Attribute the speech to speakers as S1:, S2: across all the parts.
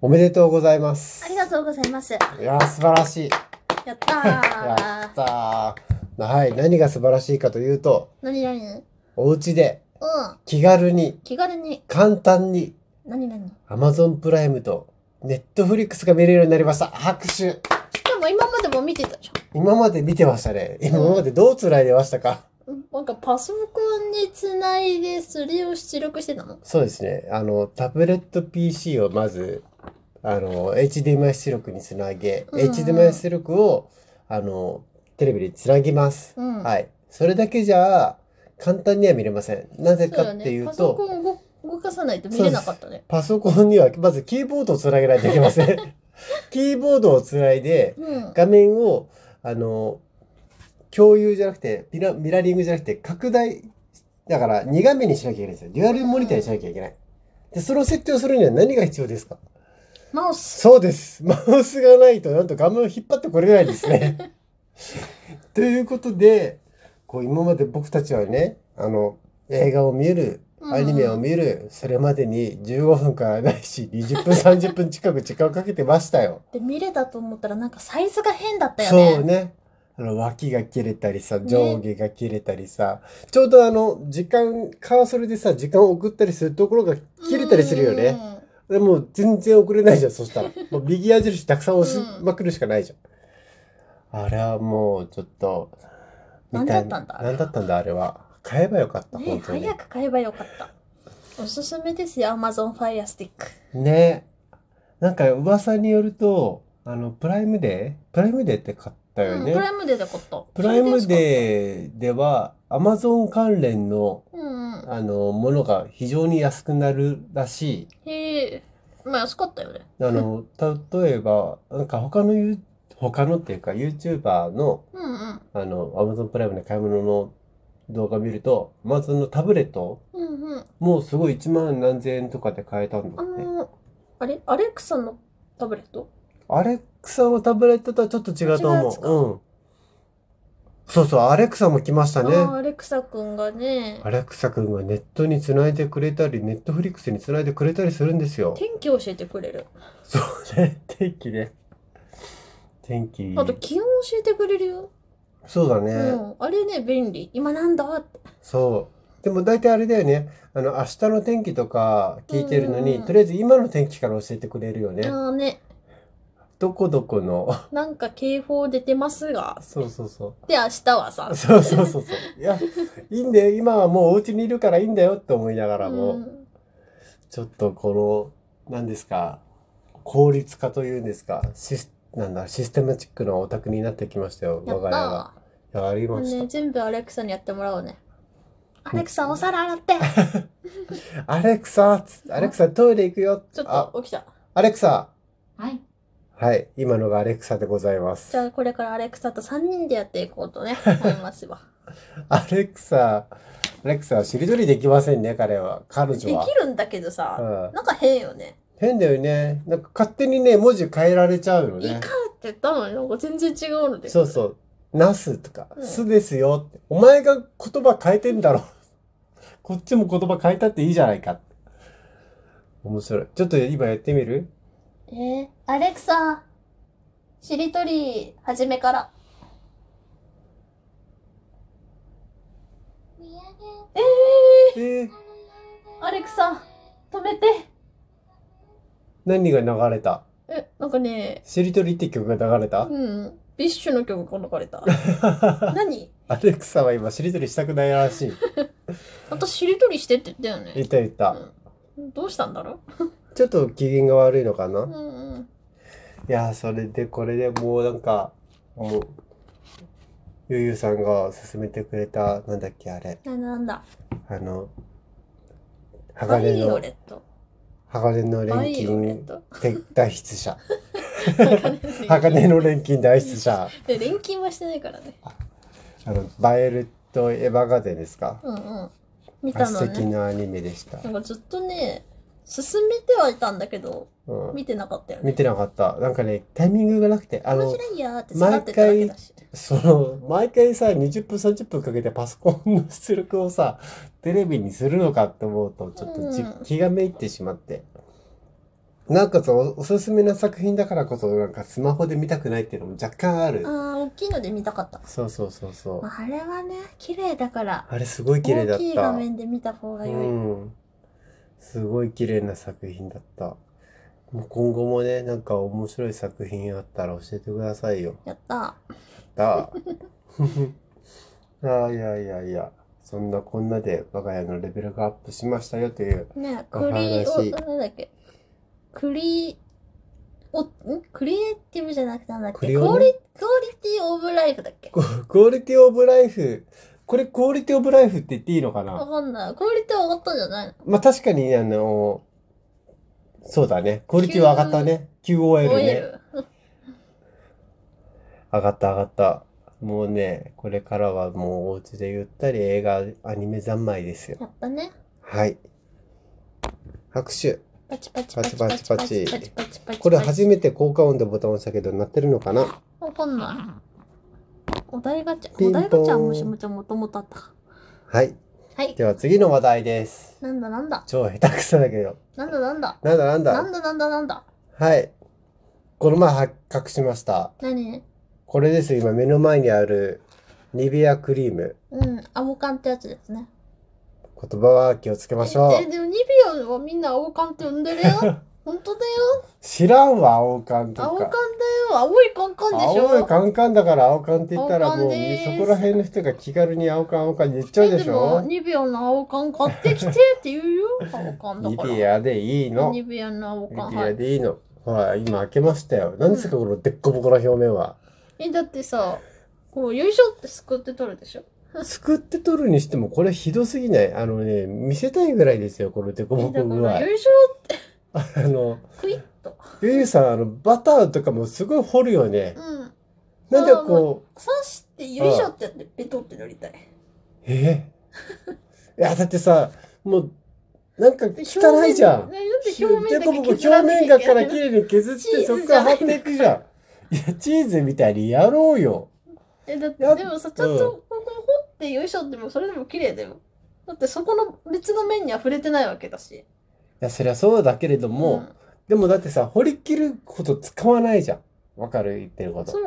S1: おめでとうございます。
S2: ありがとうございます。や
S1: いやー、素晴らしい。
S2: っ た
S1: や
S2: ー
S1: っ。たー。はい、何が素晴らしいかというと、
S2: なになにうん。
S1: お家で気軽に、
S2: 気軽に。
S1: 簡単に、
S2: なになに
S1: Amazon プライムと Netflix が見れるようになりました。拍手。
S2: でも今までも見てたじ
S1: 今まで見てましたね。今までどうつらいでましたか
S2: ゃん。なんかパソコンにつないでそれを出力してたの
S1: そうですね。あの、タブレット PC をまず、あの、HDMI 出力につなげ、
S2: うん
S1: HDMI 出力を、あの、テレビにつなぎます。
S2: うん。
S1: はい。それだけじゃ、簡単には見れません。なぜ
S2: そうだ
S1: か
S2: よ
S1: っ
S2: ね
S1: ていう
S2: パソコ
S1: と、
S2: ンを動動かさないと見れなかったね。
S1: パソコンにはまずキーボードをつなげないといけません。キーボードをつないで、
S2: うん。
S1: 画面を、あの、共有じゃなくて、ミラ、ミラリングじゃなくて、拡大、だから2画面にしなきゃいけないんですよ。デュアルモニターにしなきゃいけない。で、その設定をするには何が必要ですか
S2: マウス。
S1: そうです。マウスがないと、なんと画面を引っ張ってこれないですね。 ということで、こう、今まで僕たちはね、あの、映画を見る、アニメを見る、それまでに15分からないし、20分、30分近く時間をかけてましたよ。
S2: で、見れたと思ったらなんかサイズが変だったよね。
S1: そうね。あの、脇が切れたりさ、
S2: ね
S1: 上下が切れたりさ、ちょうどあの、時間、カーソルでさ、時間を送ったりするところが切れたりするよ
S2: う
S1: ね。
S2: ん。
S1: でもう全然送れないじゃん、そした ら。もう右矢印たくさん押し
S2: うん
S1: まくるしかないじゃん。あれはもう、ちょっと、みい
S2: なんだったんだ
S1: なんだったんだ、あれは。買えばよかった、
S2: ね
S1: 本当に
S2: 早。く買えばよかった。おすすめですよ、Amazon Fire Stick。
S1: ね。なんか噂によると、あの、プライムデープライムデーって買ったよ
S2: うん、
S1: ね。
S2: プライムデーで買った。
S1: プライム
S2: ー。
S1: デーでは、アマゾン関連の、
S2: うんうん。
S1: あの、ものが非常に安くなるらしい。
S2: へえ。まあ安かったよね。
S1: あの、例えば、なんか他のユー、他のっていうか、YouTuber の、
S2: うんうん。
S1: あの、アマゾンプライムの買い物の動画を見ると、まずのタブレット
S2: うんうん。
S1: もうすごい1万何千円とかで買えたんだ
S2: あ
S1: って。
S2: のー、あれアレクサのタブレット
S1: アレクサのタブレットとはちょっと違うと
S2: 違う
S1: 思
S2: やつか
S1: う。うん。そうそう、アレクサも来ました
S2: あ
S1: ね。
S2: ーアレクサくんがね、
S1: アレクサ君がネットにつないでくれたり、ネットフリックスにつないでくれたりするんですよ。
S2: 天気教えてくれる。
S1: そうね、天気ね。天気。
S2: あと気温教えてくれるよ。
S1: そうだ
S2: う
S1: ね。
S2: ん。あれね、便利。今なんだって。
S1: そう。でも大体あれだよね。あの、明日の天気とか聞いてるの
S2: う
S1: に、
S2: ん
S1: とりあえず今の天気から教えてくれるよ
S2: あ
S1: ね。
S2: ーね、
S1: どこどこ の。
S2: なんか警報出てますが。
S1: そうそうそ
S2: で、明日はさ
S1: う。。そうそうそうそう。いや、いいんだよ。今はもうお家にいるからいいんだよって思いながらも。
S2: うん
S1: ちょっとこの、何ですか、効率化というんですか、シス、なんだ、システマチックなオタクになってきましたよ、
S2: や
S1: 我
S2: っ
S1: が家が。
S2: た
S1: いや、あり
S2: ー。
S1: ま
S2: ね、
S1: し
S2: 全部アレクサにやってもらおうね。アレクサ、お皿洗って。
S1: た。アレクサ、つアレクサ、トイレ行くよ。
S2: ちょっ
S1: あ、
S2: と起きた。
S1: アレクサ。
S3: はい。
S1: はい、今のがアレクサでございます。
S2: じゃあこれからアレクサと3人でやっていこう とね、思いますわ。
S1: アレクサ、アレクサはしりとりできませんね、彼は。彼
S2: でき
S1: 女は。
S2: るんだけどさ、
S1: うん、
S2: なんか変よね。
S1: 変だよね。なんか勝手にね、文字変えられちゃうよ
S2: いか
S1: ね。
S2: って言ったのになんか全然違うので。
S1: そうそう。ナスとか、
S2: うん
S1: すですよって。お前が言葉変えてんだろ。 こっちも言葉変えたっていいじゃないか。面白い。ちょっと今やってみる
S2: えー、アレクサ、しりとり、初めから。
S3: 見上げ
S2: え
S1: えー、
S2: ー、アレクサ、止めて。
S1: 何が流れた
S2: え、なんかね、
S1: しりとりって曲が流れた
S2: うん、ビッシュの曲が流 れた。何
S1: アレクサは今しりとりしたくないらしい。
S2: 私しりとりしてって言ったよ
S1: 言っ
S2: ね。
S1: た言った。
S2: どうしたんだろ
S1: ちょっと機嫌が悪いのかな
S2: ううんうん。
S1: いやー、それでこれでもうなんか、もう、ゆうゆうさんが勧めてくれた、なんだっけあれ、
S2: なんだなんだ。
S1: あの、
S2: バ
S1: 鋼
S2: イ
S1: の
S2: オ、レット。
S1: 鋼の
S2: バ
S1: 錬
S2: イオレッ
S1: 金
S2: ト。
S1: で脱出者。
S2: 鋼
S1: 鋼の錬金脱出者。
S2: で錬金はしてないからね。
S1: あの、バエルとエヴァガデンですか
S2: うんうん。見
S1: あ
S2: たの
S1: 素敵
S2: ね。
S1: なアニメでした
S2: な。んかずっとね、進めてはいたんだけど、
S1: うん。
S2: 見てなかったよね。
S1: 見てなかった。なんかね、タイミングがなくて、あ
S2: 面
S1: の、
S2: 白いやーって育ってただけだし。
S1: その、毎回さ、20分、30分かけてパソコンの出力をさ、テレビにするのかって思うと、ちょっとじ
S2: うん
S1: 気がめいってしまって。なおかつおおすすめな作品だからこそ、なんかスマホで見たくないっていうのも若干ある。
S2: ああ、大きいので見たかった。
S1: そうそうそうそう。
S2: まあ、あれはね、綺麗だから、
S1: あれすごい綺麗だ
S2: 大
S1: った。
S2: きい画面で見た方が良い。
S1: うん。すごい綺麗な作品だった。もう今後もね、なんか面白い作品あったら教えてくださいよ。
S2: やった。
S1: だ。ああ、いやいやいや。そんなこんなで我が家のレベルがアップしましたよという。
S2: ね、
S1: お話
S2: 栗を、なんだっけ。栗、お、んクリエイティブじゃなくてなんだっけ。
S1: 栗をね
S2: クオリ、クオリティオブライフだっけ。
S1: こクオリティオブライフ。これクオリティオブライフって言っていいのか
S2: わ
S1: な
S2: かんない。クオリティ上がったんじゃないの
S1: まあ確かに、あの、そうだね。クオリティは上がったね。QOL ね。
S2: OL
S1: 上がった上がった。もうね、これからはもうお家でゆったり映画、アニメ三昧ですよ。
S2: やったね。
S1: はい。拍手。
S2: パチパチパチパチパチパチパチパチ。
S1: これ初めて効果音でボタン押したけど鳴ってるのかな
S2: わかんない。お題ガチ
S1: ピンポ
S2: ャ。お
S1: ン
S2: 題ガチャはもしもちゃんもともとあったか。
S1: はい。
S2: はい。
S1: では次の話題です。
S2: なんだなんだ。
S1: 超下手くそだけど。
S2: なんだなんだ。
S1: なんだなん
S2: な
S1: だ
S2: んだなんだなんだ。
S1: はい。この前発覚しました。
S2: 何
S1: これです。今目の前にあるニベアクリーム。
S2: うん。アボカンってやつですね。
S1: 言葉は気をつけましょ
S2: え、
S1: う。
S2: でもニビアはみんなアボカンって呼んで るよ。本当だよ。
S1: 知らんわ、青缶と
S2: アボカン
S1: か
S2: だ。よ。青いカンカンでしょ。
S1: 青いカンカンだから青カンって言ったらも
S2: 青
S1: う
S2: カンです
S1: そこら辺の人が気軽に青カン青カン言っちゃうでし
S2: えでも
S1: ょ
S2: ニビアの青缶買ってきてって言うよ。青缶だ
S1: ニ
S2: から。
S1: ビアでいいの
S2: ニ
S1: ニ
S2: ビアの青缶。
S1: ビ
S2: は
S1: ア
S2: い。
S1: でいいのほら今開けましたよ何ですかこのでっこぼこの表面は
S2: え、だってさ、こう、よいしょってすくって取るでしょ。
S1: すくって取るにしてもこれひどすぎないあのね見せたいぐらいですよこのでこぼ
S2: えだ
S1: こ
S2: か
S1: 具合
S2: ら、よいし
S1: あの
S2: ょ、クイッと。
S1: ゆうゆうさんあのバターとかもすごい掘るよね
S2: うん。
S1: なんでこう
S2: 刺して、よいしょってやって、ベトって乗りたい。
S1: え いやだってさもうなんか汚いじゃん
S2: 表面だ
S1: で
S2: け
S1: こぼこ
S2: 削
S1: 表
S2: らなきゃ
S1: 面
S2: いけない
S1: がから綺麗に削っ
S2: チーズ
S1: てそこから貼っていくじゃん。いや、チーズみたいにやろうよ。
S2: え、だっ
S1: や
S2: て、でもさ、ちゃんと、ここ掘って、よいしょっても、それでも綺麗だよ。だって、そこの別の面には触れてないわけだし。
S1: いや、そりゃそうだけれども、
S2: うん
S1: でもだってさ、掘り切ること使わないじゃん。わかる言ってること。そ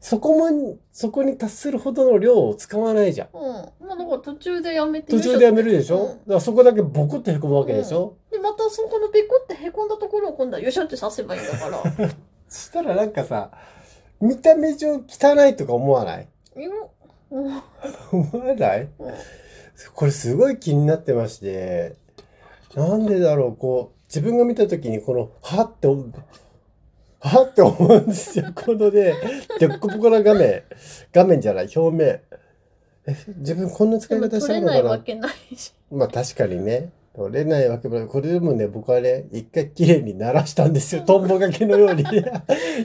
S2: そう。
S1: こも、そこに達するほどの量を使わないじゃん。
S2: うん。まあ、だから途中でやめて
S1: 途中でやめ
S2: る。
S1: るでしょ、
S2: うん
S1: だからそこだけボコってへこむわけでしょ、
S2: で、またそこのペコってへこんだところを今度はよいしょって刺せばいいんだから。
S1: そしたらなんかさ、見た目上汚いとか思わない
S2: ようん
S1: 思わないこれすごい気になってまして、なんでだろう、こう、自分が見たときに、この、はって思う、はって思うんですよ。 このね、でっこぼこな画面、画面じゃない、表面。え、自分こんな使い
S2: でも
S1: 方して
S2: 取れ
S1: るの
S2: ない
S1: か
S2: わ
S1: な
S2: けないし。
S1: まあ確かにね、取れないわけもない。これでもね、僕はね、一回綺麗に鳴らしたんですよ。トンボ掛けのよう に。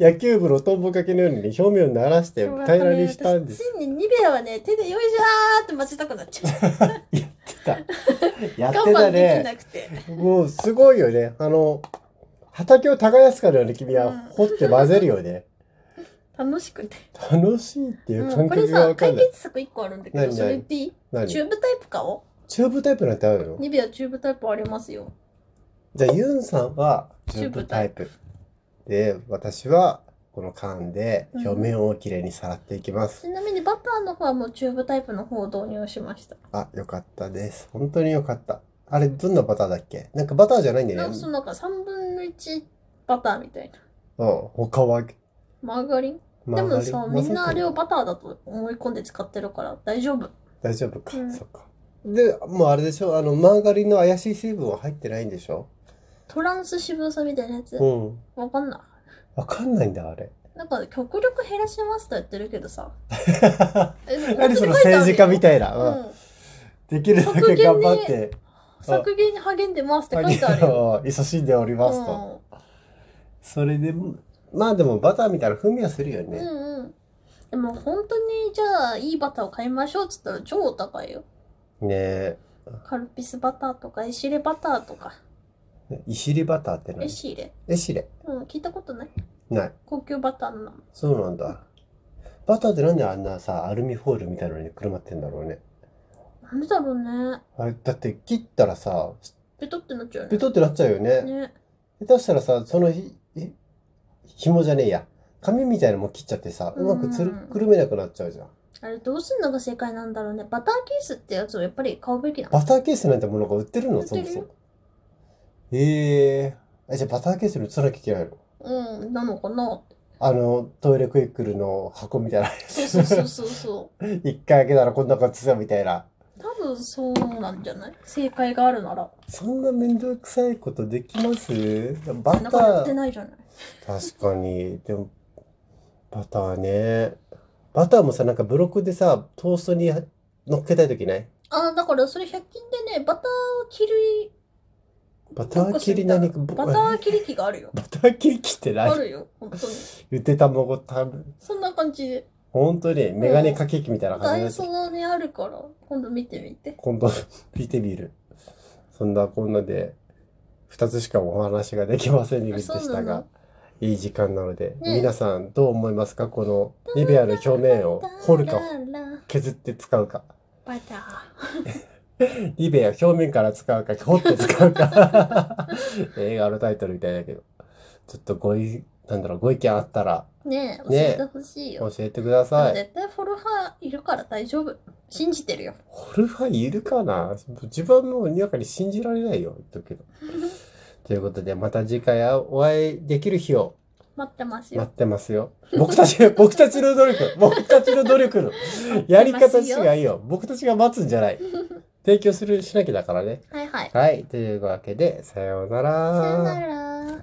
S1: 野球部のトンボ掛けのようにね、表面を鳴らして平らにしたんですよ
S2: ついにニベアはね、手でよいしょーって待ちたくなっちゃう。
S1: やって た。やって
S2: 我
S1: た
S2: 慢でき
S1: ね。
S2: なくて。
S1: もうすごいよね。あの、畑を耕すからね、君は
S2: うん
S1: 掘って混ぜるよね。
S2: 楽しくて。
S1: 楽しいっていう
S2: もう
S1: 感
S2: これ
S1: 覚が
S2: さ、
S1: わか
S2: 解
S1: んない。
S2: 決策一個あるんだけ
S1: 何何
S2: ど、それ言っていい
S1: 何
S2: チ
S1: チ
S2: ューブタイプ買おう
S1: ューブタイプなんてあるの
S2: ニベアチューブタイプありますよ。
S1: じゃあ、ユンさんはチ
S2: チ
S1: ュ
S2: ュ
S1: ー
S2: ー
S1: ブ
S2: ブ
S1: タ
S2: タ
S1: イ
S2: イ
S1: プ。で、私はこの缶で表面をきれいにさらっていきます。
S2: ちなみにバターの方はもうチューブタイプの方を導入しました。
S1: あ、よかったです。本当によかった。あれ、どんなバターだっけなんかバターじゃないんだ
S2: な
S1: よ
S2: んか
S1: ね
S2: そ。のなんか3分の1バターみたいな。
S1: うん、他は、
S2: マーガリン
S1: ま
S2: で
S1: あ
S2: もさ、みんなあれ
S1: を
S2: をバターだと思い込んで使ってるから大丈夫。
S1: 大丈夫か、
S2: うん
S1: そっかでもうあれでしょあのマーガリンの怪しい成分は入ってないんでしょ
S2: トランス脂肪酸みたいなやつ
S1: うん
S2: わかんない。
S1: わかんないんだあれ
S2: なんか極力減らしますとやってるけど さ。え
S1: 何その政治家み
S2: い
S1: たいな、
S2: う
S1: うん
S2: ん。
S1: できるだけ頑張って
S2: 削減に励んでますって書いてあるよ。
S1: を勤しんでおりますと、それでまあでもバターみたいな風味はするよ
S2: うん、
S1: ね、
S2: うんうん。でも本当にじゃあいいバターを買いましょうっつったら超お高いよ。
S1: ねえ
S2: カルピスバターとかエシレバターとか。
S1: いしりバターって何
S2: エシレ。
S1: えしれ
S2: うん、聞いたことない
S1: ない
S2: 高級バターの名前。
S1: そうなんだバターってなんであんなさアルミホイルみたいなのにくるまってんだろうね
S2: なんでだろうね。
S1: あれだって切ったらさ
S2: ペトってなっちゃうよ
S1: ペ
S2: ね。
S1: トってなっちゃうよね
S2: ね。
S1: 下手したらさ、そのひ、え紐じゃねえや。紙みたいなのも切っちゃってさ、うまくつる
S2: うん、
S1: くるめなくなっちゃうじゃん。
S2: あれどうすんのが正解なんだろうねバターケースってやつをやっぱり買うべきなの
S1: バターケースなんてものが売ってるの
S2: 売っ
S1: そ
S2: て
S1: も
S2: るよ
S1: そも。えええ、じゃあバターケースに移さなきゃいけないの
S2: うんなのかな
S1: あの、トイレクイックルの箱みたい なや
S2: そうそうそう
S1: つ。
S2: そうそ
S1: 一回開けたらこんな感じさ、みたいな。
S2: う多分そうなんじゃない正解があるなら
S1: そんなめんどくさいことできますバタ
S2: なかなかやって
S1: ー、
S2: ないじゃない
S1: 確かに。でも、バターね。バターもさ、なんかブロックでさ、トーストに乗っけたいときない
S2: あだからそれ100均でねバター切り
S1: バター切り何か、
S2: バター切り機があるよ
S1: バター切り切ってな
S2: あ
S1: い
S2: るよ本当に
S1: ゆで卵食べ、
S2: そんな感じで
S1: ほんとにメガネかけ器みたいな
S2: ダ
S1: 感
S2: イ
S1: じで、
S2: ソーにあるから今度見てみて
S1: 今度見てみる。そんなこんなで、二つしかお話ができませんでし
S2: あそう
S1: た
S2: な
S1: が
S2: の、
S1: いい時間なので、
S2: ね
S1: 皆さんどう思いますかこのニベアの表面を掘るか
S2: ラララ
S1: 削って使うか、
S2: バター
S1: ニベア表面から使うか、掘って使う か。映画のタイトルみたいだけど、ちょっとごい、なんだろう、ご意見あったら
S2: ねえ教
S1: ね
S2: えてほしいよ
S1: 教えてくだ
S2: でも
S1: さい。
S2: 絶対フォロワーいるから大丈夫信じてるよ
S1: ホルファイいるかな自分はもうにわかに信じられないよ、言っとくけ ど。ということで、また次回お会いできる日を
S2: 待ってます
S1: 待
S2: よ
S1: ってますよ。僕たち、 僕たちの努力、僕たちの努力 のやり方違いよ。僕たちが待つんじゃない。提供する、しなきゃだからね。
S2: はいはい
S1: はい。というわけで、さような
S2: さ
S1: ら
S2: よなら